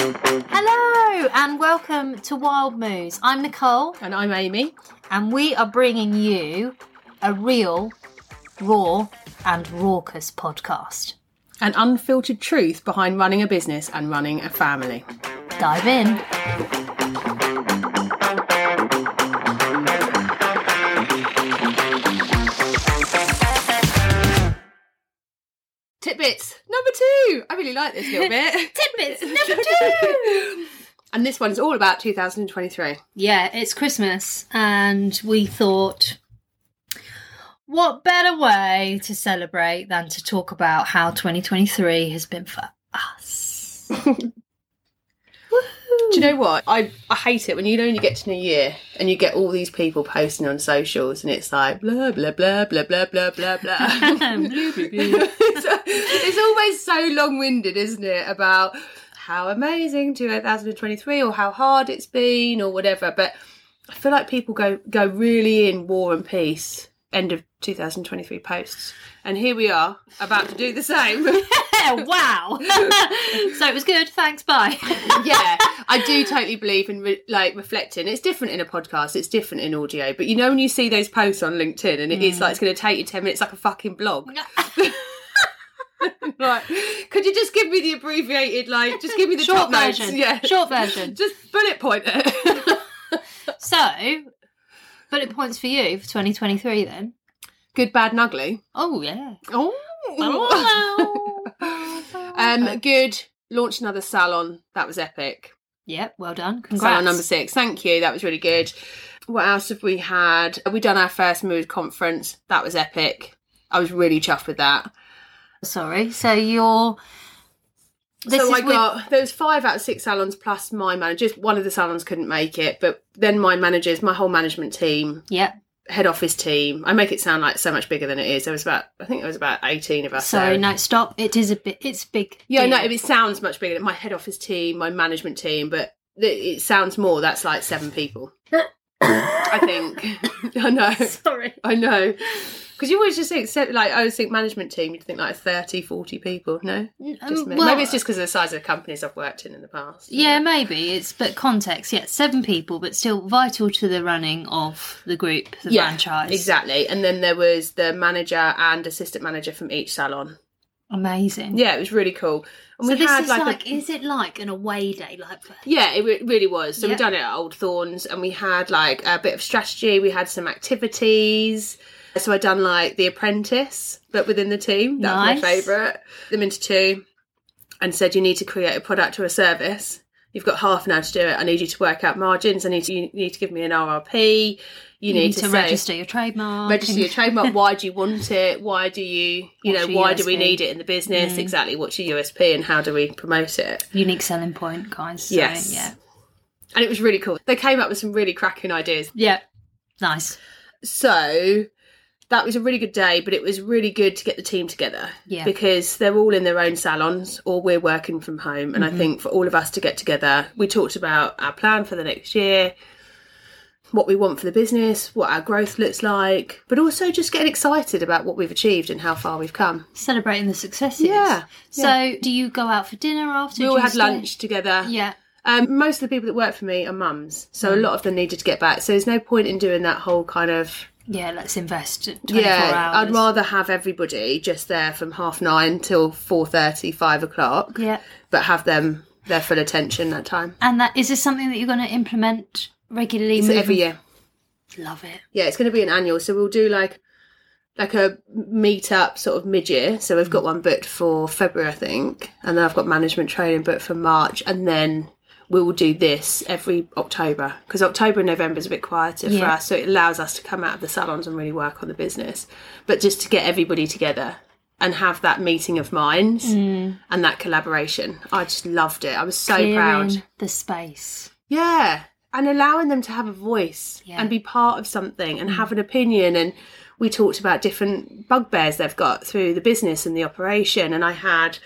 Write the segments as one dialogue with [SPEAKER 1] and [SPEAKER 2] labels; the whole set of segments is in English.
[SPEAKER 1] Hello and welcome to Wild Moves. I'm Nicole
[SPEAKER 2] And I'm Amy.
[SPEAKER 1] and we are bringing you a real, raw, and raucous podcast.
[SPEAKER 2] An unfiltered truth behind running a business and running a family.
[SPEAKER 1] Dive in.
[SPEAKER 2] Tidbits number two. I really like this little bit.
[SPEAKER 1] Tidbits number two.
[SPEAKER 2] and this one is all about 2023.
[SPEAKER 1] Yeah, it's Christmas, and we thought, what better way to celebrate than to talk about how 2023 has been for us?
[SPEAKER 2] Do you know what? I, I hate it when you know you get to New Year and you get all these people posting on socials and it's like blah blah blah blah blah blah blah blah.
[SPEAKER 1] Blue, blue, blue.
[SPEAKER 2] it's, it's always so long winded, isn't it? About how amazing 2023 or how hard it's been or whatever. But I feel like people go, go really in war and peace end of 2023 posts. And here we are about to do the same.
[SPEAKER 1] wow. so it was good. Thanks. Bye.
[SPEAKER 2] yeah, I do totally believe in re- like reflecting. It's different in a podcast, it's different in audio. But you know, when you see those posts on LinkedIn and it is like it's going to take you 10 minutes like a fucking blog. Right. Could you just give me the abbreviated, like, just give me the
[SPEAKER 1] Short
[SPEAKER 2] top notes?
[SPEAKER 1] version.
[SPEAKER 2] Yeah.
[SPEAKER 1] Short version.
[SPEAKER 2] Just bullet point it.
[SPEAKER 1] So, bullet points for you for 2023 then.
[SPEAKER 2] Good, bad, and ugly.
[SPEAKER 1] Oh, yeah.
[SPEAKER 2] Oh. um, good. Launched another salon. That was epic.
[SPEAKER 1] yep, well done.
[SPEAKER 2] Salon
[SPEAKER 1] Congrats.
[SPEAKER 2] number six. Thank you. That was really good. What else have we had? We done our first mood conference. That was epic. I was really chuffed with that.
[SPEAKER 1] Sorry. So you're. This
[SPEAKER 2] so
[SPEAKER 1] is
[SPEAKER 2] I
[SPEAKER 1] with-
[SPEAKER 2] got there was five out of six salons plus my managers. One of the salons couldn't make it, but then my managers, my whole management team,
[SPEAKER 1] Yep.
[SPEAKER 2] head office team. I make it sound like so much bigger than it is. There was about, I think there was about eighteen of us.
[SPEAKER 1] So
[SPEAKER 2] there.
[SPEAKER 1] no, stop. It is a bit. It's big.
[SPEAKER 2] yeah, no,
[SPEAKER 1] deal.
[SPEAKER 2] it sounds much bigger. than My head office team, my management team, but th- it sounds more. That's like seven people. I think. I know.
[SPEAKER 1] Sorry.
[SPEAKER 2] I know. Because you always just think, so- like, I always think management team, you'd think like 30, 40 people. No? Just
[SPEAKER 1] Um,
[SPEAKER 2] me.
[SPEAKER 1] well,
[SPEAKER 2] Maybe it's just because of the size of the companies I've worked in in the past.
[SPEAKER 1] Yeah, maybe it's but context. Yeah, seven people, but still vital to the running of the group, the franchise.
[SPEAKER 2] Exactly. And then there was the manager and assistant manager from each salon.
[SPEAKER 1] Amazing.
[SPEAKER 2] Yeah, it was really cool. And
[SPEAKER 1] So this is like,
[SPEAKER 2] a-
[SPEAKER 1] is it like an away day? Like
[SPEAKER 2] Yeah, it re- really was. So
[SPEAKER 1] Yeah.
[SPEAKER 2] we done it at Old Thorns, and we had like a bit of strategy. We had some activities. So I done like The Apprentice, but within the team. That
[SPEAKER 1] Nice.
[SPEAKER 2] was my favourite. Them into two, and said you need to create a product or a service. You've got half an hour to do it. I need you to work out margins. I need to, you need to give me an RRP. You,
[SPEAKER 1] you need, to,
[SPEAKER 2] say-
[SPEAKER 1] register your trademark.
[SPEAKER 2] register
[SPEAKER 1] and-
[SPEAKER 2] your trademark. Why do you want it? Why do you, you
[SPEAKER 1] What's
[SPEAKER 2] know,
[SPEAKER 1] your
[SPEAKER 2] why do we
[SPEAKER 1] USP?
[SPEAKER 2] need it in the business?
[SPEAKER 1] Mm.
[SPEAKER 2] Exactly. What's your USP and how do we promote it?
[SPEAKER 1] unique selling point, guys. So,
[SPEAKER 2] Yes.
[SPEAKER 1] Yeah.
[SPEAKER 2] And it was really cool. They came up with some really cracking ideas.
[SPEAKER 1] Yeah. Nice.
[SPEAKER 2] So that was a really good day, but it was really good to get the team together.
[SPEAKER 1] Yeah.
[SPEAKER 2] Because they're all in their own salons or we're working from home.
[SPEAKER 1] Mm-hmm.
[SPEAKER 2] And I think for all of us to get together, we talked about our plan for the next year, what we want for the business, what our growth looks like, but also just getting excited about what we've achieved and how far we've come.
[SPEAKER 1] Celebrating the successes.
[SPEAKER 2] Yeah,
[SPEAKER 1] So do you go out for dinner after?
[SPEAKER 2] We
[SPEAKER 1] Do
[SPEAKER 2] all
[SPEAKER 1] you
[SPEAKER 2] had
[SPEAKER 1] stay-
[SPEAKER 2] lunch together.
[SPEAKER 1] Yeah.
[SPEAKER 2] Um, most of the people that work for me are mums, so
[SPEAKER 1] Mm.
[SPEAKER 2] a lot of them needed to get back. So there's no point in doing that whole kind of
[SPEAKER 1] Yeah. Let's invest. 24
[SPEAKER 2] yeah.
[SPEAKER 1] Hours.
[SPEAKER 2] I'd rather have everybody just there from half nine till four thirty, five o'clock,
[SPEAKER 1] Yeah.
[SPEAKER 2] but have them their full attention that time.
[SPEAKER 1] And that is this something that you're going to implement regularly?
[SPEAKER 2] So
[SPEAKER 1] moving-
[SPEAKER 2] every year,
[SPEAKER 1] Love it.
[SPEAKER 2] yeah, it's going to be an annual. So we'll do like like a meet up sort of mid year. So
[SPEAKER 1] Mm.
[SPEAKER 2] we've got one booked for February, I think, and then I've got management training booked for March, and then. We will do this every October because October and November is a bit quieter for
[SPEAKER 1] Yeah.
[SPEAKER 2] us, so it allows us to come out of the salons and really work on the business. But just to get everybody together and have that meeting of minds and that collaboration, I just loved it. I was so proud.
[SPEAKER 1] Mm. Clearing the space.
[SPEAKER 2] Yeah. And allowing them to have a voice
[SPEAKER 1] Yeah.
[SPEAKER 2] and be part of something and have an opinion. And we talked about different bugbears they've got through the business and the operation. And I had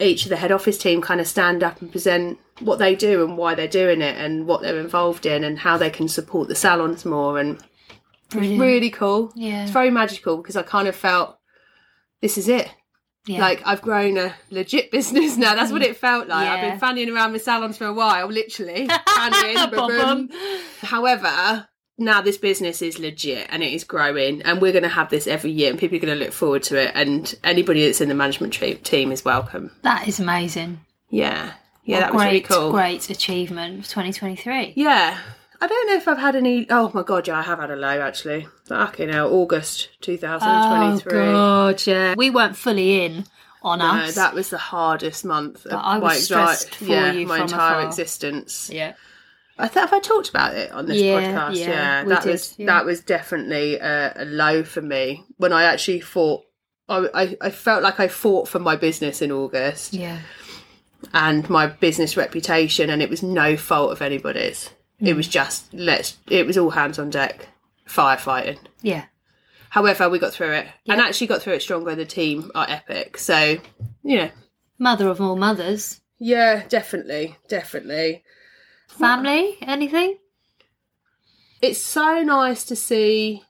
[SPEAKER 2] each of the head office team kind of stand up and present what they do and why they're doing it and what they're involved in and how they can support the salons more. And
[SPEAKER 1] Brilliant.
[SPEAKER 2] Really cool.
[SPEAKER 1] Yeah.
[SPEAKER 2] It's very magical because I kind of felt this is it.
[SPEAKER 1] yeah. Mm.
[SPEAKER 2] Like I've grown a legit business now. That's what it felt like. I've
[SPEAKER 1] Yeah.
[SPEAKER 2] been fannying around with salons for a while, literally.
[SPEAKER 1] Bum,
[SPEAKER 2] fannying, ba-boom.
[SPEAKER 1] bum.
[SPEAKER 2] However, now this business is legit and it is growing, and we're going to have this every year, and people are going to look forward to it. And anybody that's in the management tre- team is welcome.
[SPEAKER 1] That is amazing.
[SPEAKER 2] Yeah, yeah,
[SPEAKER 1] What
[SPEAKER 2] that was really
[SPEAKER 1] Oh, great,
[SPEAKER 2] cool.
[SPEAKER 1] Great achievement of 2023.
[SPEAKER 2] Yeah. I don't know if I've had any. Oh my god, yeah, I have had a low actually. Fucking hell, August
[SPEAKER 1] Oh,
[SPEAKER 2] 2023.
[SPEAKER 1] God, yeah. We weren't fully in on
[SPEAKER 2] No,
[SPEAKER 1] us.
[SPEAKER 2] that was the hardest month of
[SPEAKER 1] I was
[SPEAKER 2] my, entire-
[SPEAKER 1] stressed for
[SPEAKER 2] yeah,
[SPEAKER 1] you
[SPEAKER 2] my
[SPEAKER 1] from
[SPEAKER 2] entire
[SPEAKER 1] afar.
[SPEAKER 2] existence.
[SPEAKER 1] yeah.
[SPEAKER 2] I thought have I talked about it on this
[SPEAKER 1] Yeah,
[SPEAKER 2] podcast.
[SPEAKER 1] yeah,
[SPEAKER 2] Yeah,
[SPEAKER 1] we
[SPEAKER 2] that
[SPEAKER 1] did,
[SPEAKER 2] was
[SPEAKER 1] yeah.
[SPEAKER 2] that was definitely a, a low for me when I actually fought. I, I, I felt like I fought for my business in August
[SPEAKER 1] Yeah.
[SPEAKER 2] and my business reputation, and it was no fault of anybody's. It
[SPEAKER 1] Mm.
[SPEAKER 2] was just let's. It was all hands on deck, firefighting.
[SPEAKER 1] Yeah.
[SPEAKER 2] However, we got through it and
[SPEAKER 1] Yeah.
[SPEAKER 2] actually got through it stronger. The team are epic, so you know.
[SPEAKER 1] Mother of all mothers.
[SPEAKER 2] Yeah, definitely, definitely.
[SPEAKER 1] Family? Anything?
[SPEAKER 2] it's so nice to see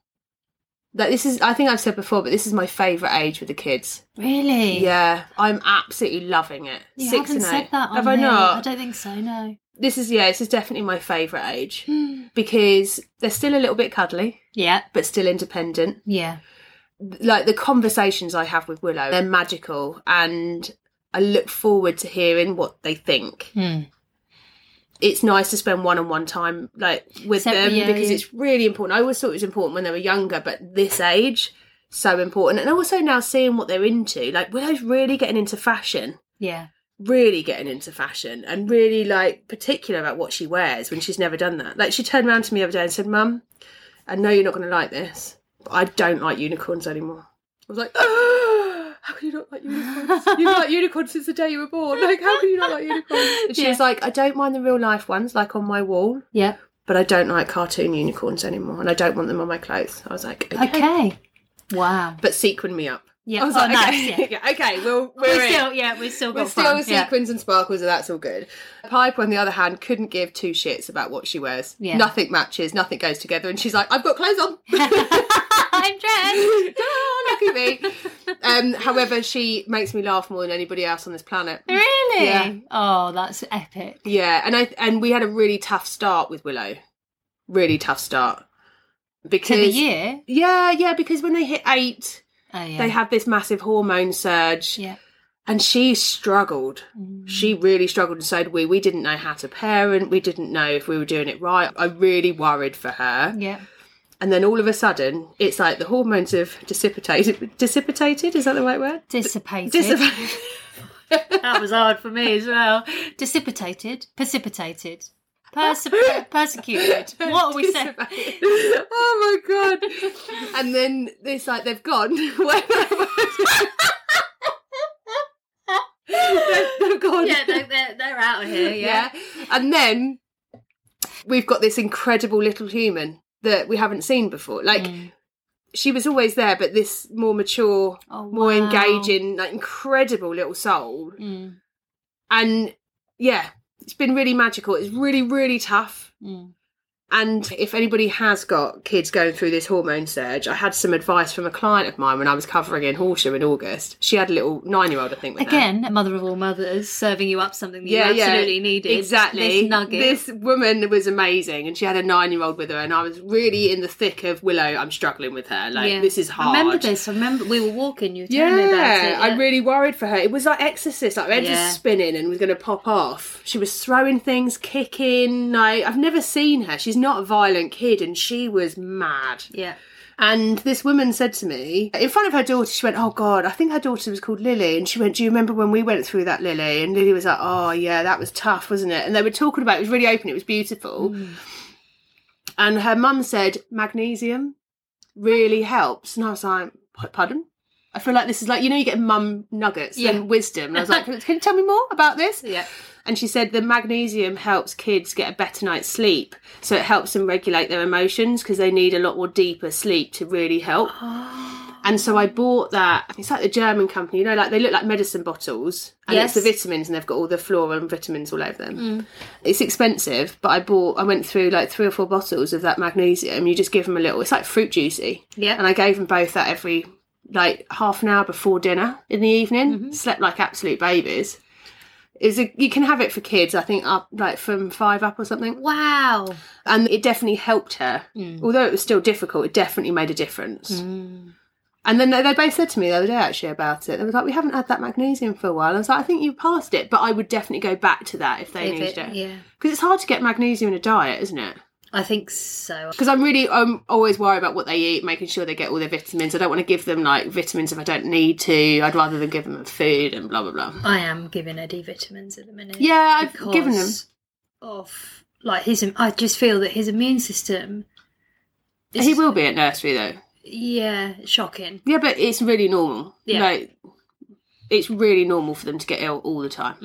[SPEAKER 2] that this is i think i've said before but this is my favorite age with the kids
[SPEAKER 1] Really?
[SPEAKER 2] yeah i'm absolutely loving it
[SPEAKER 1] You
[SPEAKER 2] six
[SPEAKER 1] haven't
[SPEAKER 2] and
[SPEAKER 1] said
[SPEAKER 2] eight
[SPEAKER 1] that on
[SPEAKER 2] have i
[SPEAKER 1] here.
[SPEAKER 2] not
[SPEAKER 1] I don't think so, no.
[SPEAKER 2] this is yeah this is definitely my favorite age
[SPEAKER 1] Hmm.
[SPEAKER 2] because they're still a little bit cuddly
[SPEAKER 1] Yeah.
[SPEAKER 2] but still independent
[SPEAKER 1] Yeah.
[SPEAKER 2] like the conversations i have with willow they're magical and i look forward to hearing what they think
[SPEAKER 1] Mm.
[SPEAKER 2] it's nice to spend one-on-one time like with
[SPEAKER 1] Except-
[SPEAKER 2] them
[SPEAKER 1] yeah,
[SPEAKER 2] because
[SPEAKER 1] yeah.
[SPEAKER 2] it's really important. I always thought it was important when they were younger, but this age, so important. And also now seeing what they're into, like Willow's really getting into fashion,
[SPEAKER 1] Yeah.
[SPEAKER 2] really getting into fashion, and really like particular about what she wears when she's never done that. Like she turned around to me the other day and said, "Mum, I know you're not going to like this, but I don't like unicorns anymore." I was like, "Ah, "How can you not like unicorns? You've liked unicorns since the day you were born. Like, how can you not like unicorns?" And she
[SPEAKER 1] Yeah.
[SPEAKER 2] was like, "I don't mind the real life ones, like on my wall,
[SPEAKER 1] Yeah.
[SPEAKER 2] but I don't like cartoon unicorns anymore, and I don't want them on my clothes." I was like, "Okay,
[SPEAKER 1] Okay. Wow.
[SPEAKER 2] but sequin me up."
[SPEAKER 1] Yeah.
[SPEAKER 2] I was
[SPEAKER 1] oh,
[SPEAKER 2] like,
[SPEAKER 1] nice.
[SPEAKER 2] "Okay,
[SPEAKER 1] Yeah.
[SPEAKER 2] yeah, okay, we'll, we're,
[SPEAKER 1] We're
[SPEAKER 2] in."
[SPEAKER 1] still, yeah, we've still got
[SPEAKER 2] We're still
[SPEAKER 1] fun. Yeah.
[SPEAKER 2] sequins and sparkles, and that's all good. Pipe, on the other hand, couldn't give two shits about what she wears.
[SPEAKER 1] Yeah.
[SPEAKER 2] Nothing matches, nothing goes together, and she's like, "I've got clothes on."
[SPEAKER 1] I'm dressed.
[SPEAKER 2] Ah, Look at me. Um, however, she makes me laugh more than anybody else on this planet.
[SPEAKER 1] Really?
[SPEAKER 2] Yeah.
[SPEAKER 1] Oh, that's epic.
[SPEAKER 2] Yeah, and I and we had a really tough start with Willow, really tough start
[SPEAKER 1] To
[SPEAKER 2] because
[SPEAKER 1] the year.
[SPEAKER 2] yeah, yeah, because when they hit eight,
[SPEAKER 1] Oh, yeah.
[SPEAKER 2] they have this massive hormone surge,
[SPEAKER 1] Yeah. Mm.
[SPEAKER 2] and she struggled. She really struggled, and so did we. We didn't know how to parent. We didn't know if we were doing it right. I really worried for her.
[SPEAKER 1] Yeah.
[SPEAKER 2] And then all of a sudden, it's like the hormones have dissipated. Dissipated is that the right word?
[SPEAKER 1] Dissipated.
[SPEAKER 2] Dissipated.
[SPEAKER 1] that was hard for me as well. Dissipated. Precipitated. Perse- persecuted. What are we saying?
[SPEAKER 2] oh my god! And then it's like they've gone. they've, they've gone.
[SPEAKER 1] Yeah, they're, they're, they're out of here. Yeah.
[SPEAKER 2] Yeah. And then we've got this incredible little human that we haven't seen before. Like
[SPEAKER 1] Mm.
[SPEAKER 2] she was always there, but this more mature,
[SPEAKER 1] Oh,
[SPEAKER 2] more
[SPEAKER 1] wow.
[SPEAKER 2] engaging, like incredible little soul.
[SPEAKER 1] Mm,
[SPEAKER 2] And yeah, it's been really magical. It's really, really tough.
[SPEAKER 1] mm.
[SPEAKER 2] And if anybody has got kids going through this hormone surge, I had some advice from a client of mine when I was covering in Horsham in August. She had a little nine-year-old, I think. With her.
[SPEAKER 1] Again, mother of all mothers, serving you up something that
[SPEAKER 2] yeah,
[SPEAKER 1] you
[SPEAKER 2] yeah,
[SPEAKER 1] absolutely needed.
[SPEAKER 2] Exactly.
[SPEAKER 1] This nugget.
[SPEAKER 2] This woman was amazing, and she had a nine-year-old with her, and I was really in the thick of Willow. I'm struggling with her. Like
[SPEAKER 1] Yeah.
[SPEAKER 2] this is hard.
[SPEAKER 1] I remember this. I remember we were walking. You were
[SPEAKER 2] Yeah,
[SPEAKER 1] telling me about it. Yeah.
[SPEAKER 2] I really worried for her. It was like Exorcist. Like her head
[SPEAKER 1] Yeah.
[SPEAKER 2] was spinning and was going to pop off. She was throwing things, kicking. Like I've never seen her. She's not a violent kid, and she was mad.
[SPEAKER 1] Yeah.
[SPEAKER 2] And this woman said to me, in front of her daughter, she went, Oh God, I think her daughter was called Lily. And she went, Do you remember when we went through that, Lily? And Lily was like, Oh, yeah, that was tough, wasn't it? And they were talking about it, it was really open, it was beautiful. And her mum said, Magnesium really helps. And I was like, "P- Pardon? I feel like this is like, you know, you get mum nuggets
[SPEAKER 1] Yeah.
[SPEAKER 2] and wisdom. And I was like, Can you tell me more about this?
[SPEAKER 1] Yeah.
[SPEAKER 2] And she said the magnesium helps kids get a better night's sleep. So it helps them regulate their emotions because they need a lot more deeper sleep to really help. And so I bought that. It's like the German company, you know, like they look like medicine bottles, and
[SPEAKER 1] Yes. Mm.
[SPEAKER 2] it's the vitamins, and they've got all the flora and vitamins all over them. It's expensive, but I bought. I went through like three or four bottles of that magnesium. You just give them a little. It's like fruit juicy.
[SPEAKER 1] Yeah.
[SPEAKER 2] And I gave them both that every like half an hour before dinner in the evening.
[SPEAKER 1] Mm-hmm.
[SPEAKER 2] Slept like absolute babies. Is a you can have it for kids. I think up like from five up or something
[SPEAKER 1] Wow.
[SPEAKER 2] and it definitely helped her.
[SPEAKER 1] Mm.
[SPEAKER 2] Although it was still difficult, it definitely made a difference. Mm. And then they, they both said to me the other day actually about it. They were like, "We haven't had that magnesium for a while." I was like, "I think you passed it, but I would definitely go back to that if they
[SPEAKER 1] If it-
[SPEAKER 2] needed it."
[SPEAKER 1] yeah.
[SPEAKER 2] Because it's hard to get magnesium in a diet, isn't it?
[SPEAKER 1] I think so.
[SPEAKER 2] Because I'm really, I'm always worried about what they eat, making sure they get all their vitamins. I don't want to give them like vitamins if I don't need to. I'd rather than give them food and blah blah blah.
[SPEAKER 1] I am giving Eddie vitamins at the minute.
[SPEAKER 2] Yeah, I've given them.
[SPEAKER 1] because Of like his, I just feel that his immune system. is-
[SPEAKER 2] He will be at nursery though.
[SPEAKER 1] Yeah, shocking.
[SPEAKER 2] Yeah, but it's really normal.
[SPEAKER 1] Yeah.
[SPEAKER 2] Like, it's really normal for them to get ill all the time.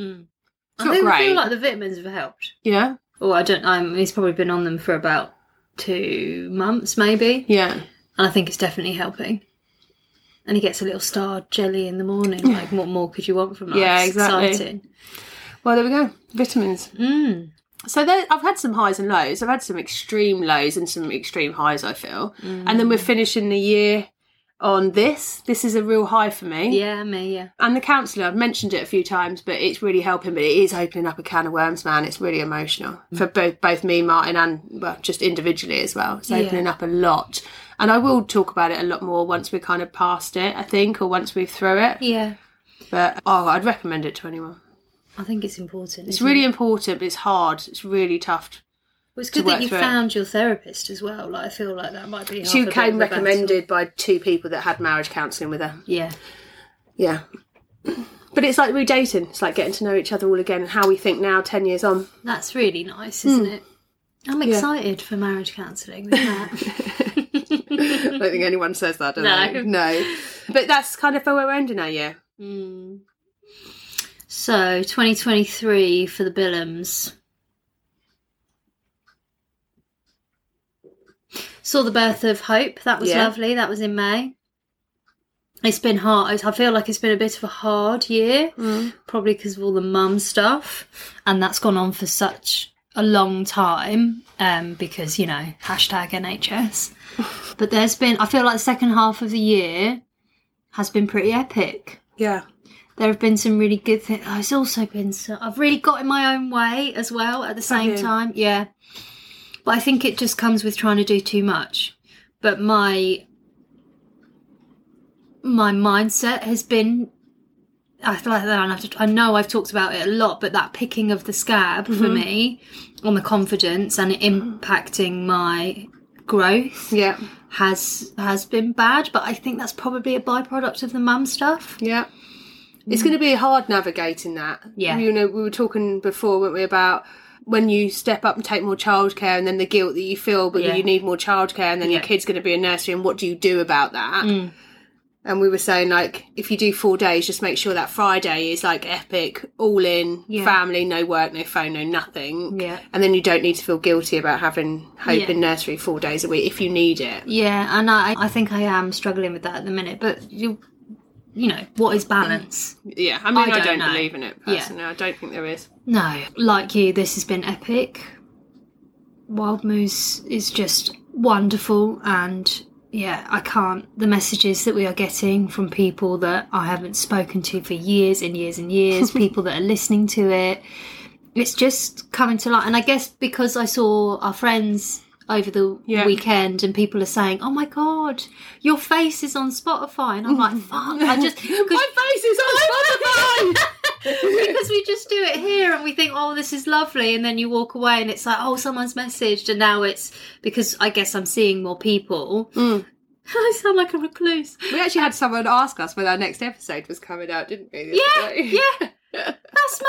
[SPEAKER 1] I
[SPEAKER 2] It's Mm. not
[SPEAKER 1] think I
[SPEAKER 2] great.
[SPEAKER 1] feel like the vitamins have helped.
[SPEAKER 2] yeah.
[SPEAKER 1] Or I don't. I'm. He's probably been on them for about two months, maybe.
[SPEAKER 2] Yeah.
[SPEAKER 1] And I think it's definitely helping. And he gets a little star jelly in the morning. Like, what more could you want from life?
[SPEAKER 2] Yeah,
[SPEAKER 1] It's
[SPEAKER 2] exactly.
[SPEAKER 1] Exciting.
[SPEAKER 2] Well, there we go. Vitamins.
[SPEAKER 1] Mm.
[SPEAKER 2] So there, I've had some highs and lows. I've had some extreme lows and some extreme highs. I feel, and then we're
[SPEAKER 1] Mm.
[SPEAKER 2] finishing the year on this. This is a real high for me.
[SPEAKER 1] Yeah, me. Yeah.
[SPEAKER 2] And the counselor, I've mentioned it a few times, but it's really helping. But it is opening up a can of worms, man. It's really emotional for both both me, Martin, and well, just individually as well. It's opening up a lot, and I will talk about it a lot more once we're kind of past it, I think, or once we're through it.
[SPEAKER 1] Yeah.
[SPEAKER 2] But oh, I'd recommend it to anyone.
[SPEAKER 1] I think it's important.
[SPEAKER 2] It's
[SPEAKER 1] isn't it?
[SPEAKER 2] really important, but it's hard. It's really tough.
[SPEAKER 1] Well, it's
[SPEAKER 2] to
[SPEAKER 1] good that
[SPEAKER 2] work
[SPEAKER 1] you
[SPEAKER 2] through it.
[SPEAKER 1] found your therapist as well. Like I feel like that might be. half a
[SPEAKER 2] She
[SPEAKER 1] bit
[SPEAKER 2] came
[SPEAKER 1] of the battle.
[SPEAKER 2] recommended by two people that had marriage counselling with her.
[SPEAKER 1] Yeah.
[SPEAKER 2] Yeah. But it's like redating. It's like getting to know each other all again and how we think now, 10 years on.
[SPEAKER 1] That's really nice, isn't it? I'm excited for marriage counselling. with that.
[SPEAKER 2] I don't think anyone says that, do
[SPEAKER 1] No.
[SPEAKER 2] they? No. But that's kind of where we're ending our year.
[SPEAKER 1] Mm. So, 2023 for the Billums. Saw the birth of Hope. That was
[SPEAKER 2] Yeah.
[SPEAKER 1] lovely. That was in May. It's been hard. I feel like it's been a bit of a hard year, probably because of all the mum stuff, and that's gone on for such a long time. Um, because you know, hashtag NHS. but there's been. I feel like the second half of the year has been pretty epic
[SPEAKER 2] Yeah.
[SPEAKER 1] there have been some really good things. Oh, it's also been so. I've really got in my own way as well at the same
[SPEAKER 2] you?
[SPEAKER 1] time. Yeah. But I think it just comes with trying to do too much. But my my mindset has been I feel like that I have to I know I've talked about it a lot, but that picking of the scab for me on the confidence and it impacting my growth
[SPEAKER 2] Yeah.
[SPEAKER 1] has has been bad, but I think that's probably a byproduct of the mum stuff.
[SPEAKER 2] Yeah. It's going to be hard navigating that.
[SPEAKER 1] Mm. Yeah.
[SPEAKER 2] You know, we were talking before, weren't we, about when you step up and take more childcare and then the guilt that you feel, but
[SPEAKER 1] Yeah.
[SPEAKER 2] you need more childcare and then your
[SPEAKER 1] Yeah. Mm.
[SPEAKER 2] kid's going to be in nursery and what do you do about that? And we were saying, like, if you do four days, just make sure that Friday is like epic, all in,
[SPEAKER 1] Yeah.
[SPEAKER 2] family, no work, no phone, no nothing.
[SPEAKER 1] Yeah.
[SPEAKER 2] And then you don't need to feel guilty about having hope
[SPEAKER 1] Yeah.
[SPEAKER 2] in nursery four days a week if you need it.
[SPEAKER 1] Yeah, and I, I think I am struggling with that at the minute. But you, you know, what is balance?
[SPEAKER 2] Yeah. I mean, I don't,
[SPEAKER 1] don't know.
[SPEAKER 2] believe in it
[SPEAKER 1] Yeah.
[SPEAKER 2] personally. I don't think there is.
[SPEAKER 1] No, like you, this has been epic. Wild Moose is just wonderful, and yeah, I can't. The messages that we are getting from people that I haven't spoken to for years and years and years, people that are listening to it, it's just coming to light. And I guess because I saw our friends over the
[SPEAKER 2] Yeah.
[SPEAKER 1] weekend, and people are saying, "Oh my god, your face is on Spotify," and I'm like, "Fuck!" I just because
[SPEAKER 2] My face is on Spotify!
[SPEAKER 1] because we just do it here and we think, oh, this is lovely, and then you walk away and it's like, oh, someone's messaged, and now it's because I guess I'm seeing more people.
[SPEAKER 2] Mm.
[SPEAKER 1] I sound like a recluse.
[SPEAKER 2] We actually had someone ask us when our next episode was coming out, didn't we? the
[SPEAKER 1] Yeah,
[SPEAKER 2] other day?
[SPEAKER 1] yeah. That's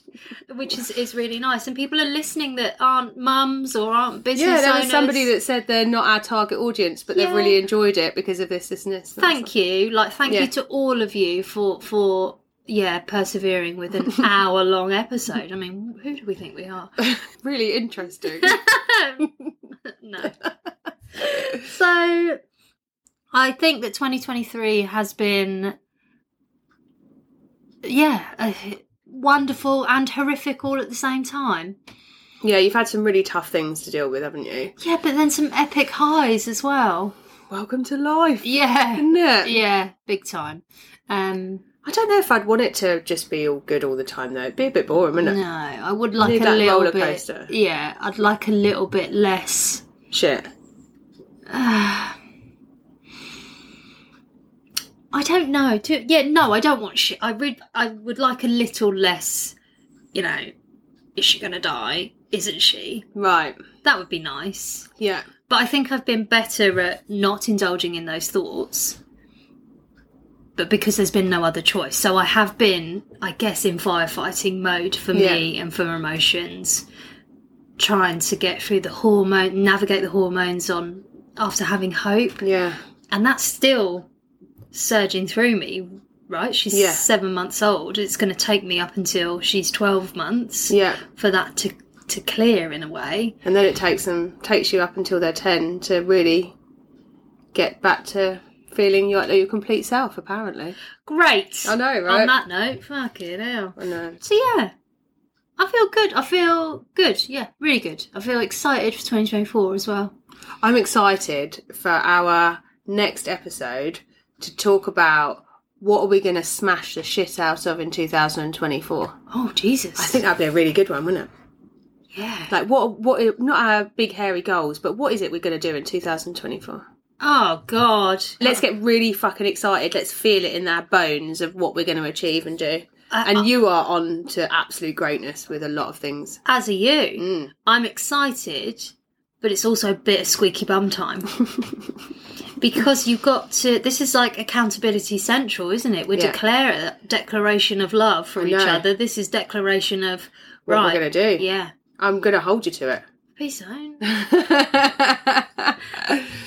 [SPEAKER 1] mad, which is is really nice, and people are listening that aren't mums or aren't business
[SPEAKER 2] Yeah, there
[SPEAKER 1] owners.
[SPEAKER 2] was somebody that said they're not our target audience, but
[SPEAKER 1] Yeah.
[SPEAKER 2] they've really enjoyed it because of this, this, and this.
[SPEAKER 1] thank you like thank
[SPEAKER 2] Yeah.
[SPEAKER 1] you to all of you for for yeah persevering with an hour long episode i mean who do we think we are
[SPEAKER 2] Really interesting.
[SPEAKER 1] no. so I I think that 2023 has been, yeah, uh, wonderful and horrific all at the same time.
[SPEAKER 2] Yeah, you've had some really tough things to deal with, haven't you?
[SPEAKER 1] Yeah, but then some epic highs as well.
[SPEAKER 2] Welcome to life,
[SPEAKER 1] Yeah,
[SPEAKER 2] isn't it?
[SPEAKER 1] yeah, big time. Um,
[SPEAKER 2] I don't know if I'd want it to just be all good all the time, though. It'd be a bit boring, wouldn't it?
[SPEAKER 1] no, I would like
[SPEAKER 2] Need
[SPEAKER 1] a
[SPEAKER 2] that
[SPEAKER 1] little
[SPEAKER 2] roller
[SPEAKER 1] bit.
[SPEAKER 2] coaster.
[SPEAKER 1] Yeah, I'd like a little bit less.
[SPEAKER 2] Shit.
[SPEAKER 1] I don't know. Do, yeah, no, I don't want shit. I would, I would like a little less. You know, is she gonna die? Isn't she?
[SPEAKER 2] Right.
[SPEAKER 1] That would be nice.
[SPEAKER 2] Yeah.
[SPEAKER 1] But I think I've been better at not indulging in those thoughts. But because there's been no other choice. So I have been, I guess, in firefighting mode for me and for emotions, trying to get through the hormone, navigate the hormones on after having hope.
[SPEAKER 2] Yeah.
[SPEAKER 1] And that's still surging through me, right? She's
[SPEAKER 2] Yeah.
[SPEAKER 1] seven months old. It's going to take me up until she's 12 months
[SPEAKER 2] Yeah.
[SPEAKER 1] for that to, to clear in a way.
[SPEAKER 2] And then it takes them takes you up until they're ten to really get back to feeling like your complete self. Apparently.
[SPEAKER 1] Great.
[SPEAKER 2] I know,
[SPEAKER 1] on
[SPEAKER 2] right?
[SPEAKER 1] that note, fucking hell.
[SPEAKER 2] I know.
[SPEAKER 1] So yeah, I feel good. I feel good. Yeah, really good. I feel excited for 2024 as well.
[SPEAKER 2] I'm excited for our next episode to talk about what are we going to smash the shit out of in 2024.
[SPEAKER 1] Oh Jesus!
[SPEAKER 2] I think that'd be a really good one, wouldn't it?
[SPEAKER 1] yeah.
[SPEAKER 2] Like what what not our big hairy goals, but what is it we're going to do in 2024?
[SPEAKER 1] Oh God.
[SPEAKER 2] Let's get really fucking excited. Let's feel it in our bones of what we're going to achieve and do.
[SPEAKER 1] I-
[SPEAKER 2] and you are on to absolute greatness with a lot of things.
[SPEAKER 1] As are you.
[SPEAKER 2] Mm.
[SPEAKER 1] I'm excited, but it's also a bit of squeaky bum time. because you've got to this is like accountability central, isn't it? We're
[SPEAKER 2] Yeah.
[SPEAKER 1] declare declaration of love for each
[SPEAKER 2] know.
[SPEAKER 1] other. This is declaration of
[SPEAKER 2] What
[SPEAKER 1] right.
[SPEAKER 2] we're going to do.
[SPEAKER 1] yeah.
[SPEAKER 2] I'm going to hold you to
[SPEAKER 1] Be zone.
[SPEAKER 2] it.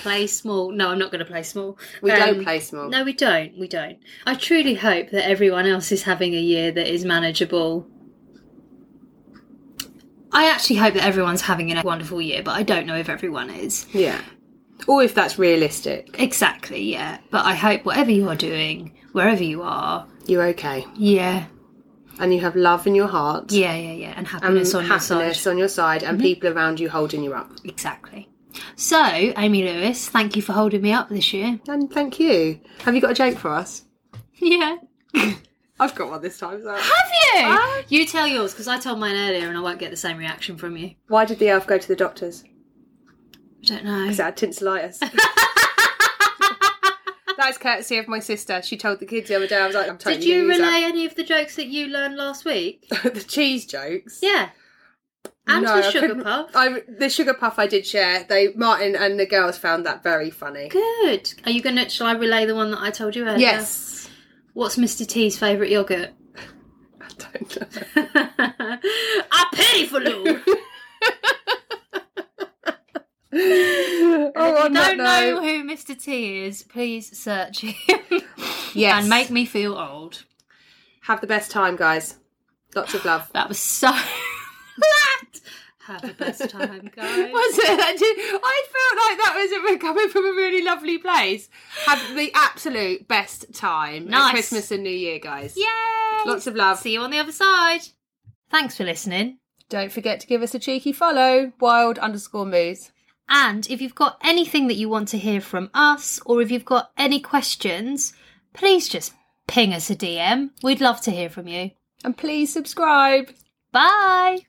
[SPEAKER 1] Play small. No, I'm not going to play small.
[SPEAKER 2] we
[SPEAKER 1] Um,
[SPEAKER 2] don't play small.
[SPEAKER 1] No, we don't. We don't. I truly hope that everyone else is having a year that is manageable. I actually hope that everyone's having a wonderful year, but I don't know if everyone is.
[SPEAKER 2] Yeah. Or if that's realistic,
[SPEAKER 1] Exactly, yeah. But I hope whatever you are doing, wherever you are,
[SPEAKER 2] you're okay.
[SPEAKER 1] yeah,
[SPEAKER 2] And you have love in your heart.
[SPEAKER 1] yeah, yeah, yeah, and
[SPEAKER 2] And
[SPEAKER 1] happiness on your
[SPEAKER 2] happiness
[SPEAKER 1] side. Mm-hmm.
[SPEAKER 2] on your side and people around you holding you up.
[SPEAKER 1] Exactly. So, Amy Lewis, thank you for holding me up this year.
[SPEAKER 2] And thank you. Have you got a joke for us?
[SPEAKER 1] Yeah.
[SPEAKER 2] I've got one this time. So.
[SPEAKER 1] Have you?
[SPEAKER 2] Ah.
[SPEAKER 1] you tell yours, because I told mine earlier and I won't get the same reaction from you.
[SPEAKER 2] Why did the elf go to the doctors?
[SPEAKER 1] I don't know.
[SPEAKER 2] Because it had tonsillitis. That's courtesy of my sister. She told the kids the other day. I was like, I'm totally
[SPEAKER 1] Did you
[SPEAKER 2] gonna use
[SPEAKER 1] relay any of the jokes that you learned last week?
[SPEAKER 2] that. the cheese jokes?
[SPEAKER 1] Yeah. And
[SPEAKER 2] No,
[SPEAKER 1] the
[SPEAKER 2] I
[SPEAKER 1] sugar
[SPEAKER 2] couldn't-
[SPEAKER 1] puff.
[SPEAKER 2] I, the sugar puff I did share. They Martin and the girls found that very funny.
[SPEAKER 1] Good. Are you going to, shall I relay the one that I told you earlier?
[SPEAKER 2] Yes.
[SPEAKER 1] What's Mr. T's favourite yoghurt?
[SPEAKER 2] I don't know.
[SPEAKER 1] I pay for Lou.
[SPEAKER 2] oh,
[SPEAKER 1] if you
[SPEAKER 2] on that
[SPEAKER 1] don't know
[SPEAKER 2] note-
[SPEAKER 1] who Mr. T is, please search him
[SPEAKER 2] Yes.
[SPEAKER 1] and make me feel old.
[SPEAKER 2] Have the best time, guys. Lots of love.
[SPEAKER 1] That was so flat. Have the best time, guys.
[SPEAKER 2] Was it? I did- I felt like that was it. We're coming from a really lovely place. Have the absolute best time. at
[SPEAKER 1] Nice.
[SPEAKER 2] Christmas and New Year, guys.
[SPEAKER 1] Yay!
[SPEAKER 2] Lots of love.
[SPEAKER 1] See you on the other side. Thanks for listening.
[SPEAKER 2] Don't forget to give us a cheeky follow. Wild underscore moves.
[SPEAKER 1] And if you've got anything that you want to hear from us, or if you've got any questions, please just ping us a DM. We'd love to hear from you.
[SPEAKER 2] And please subscribe.
[SPEAKER 1] Bye.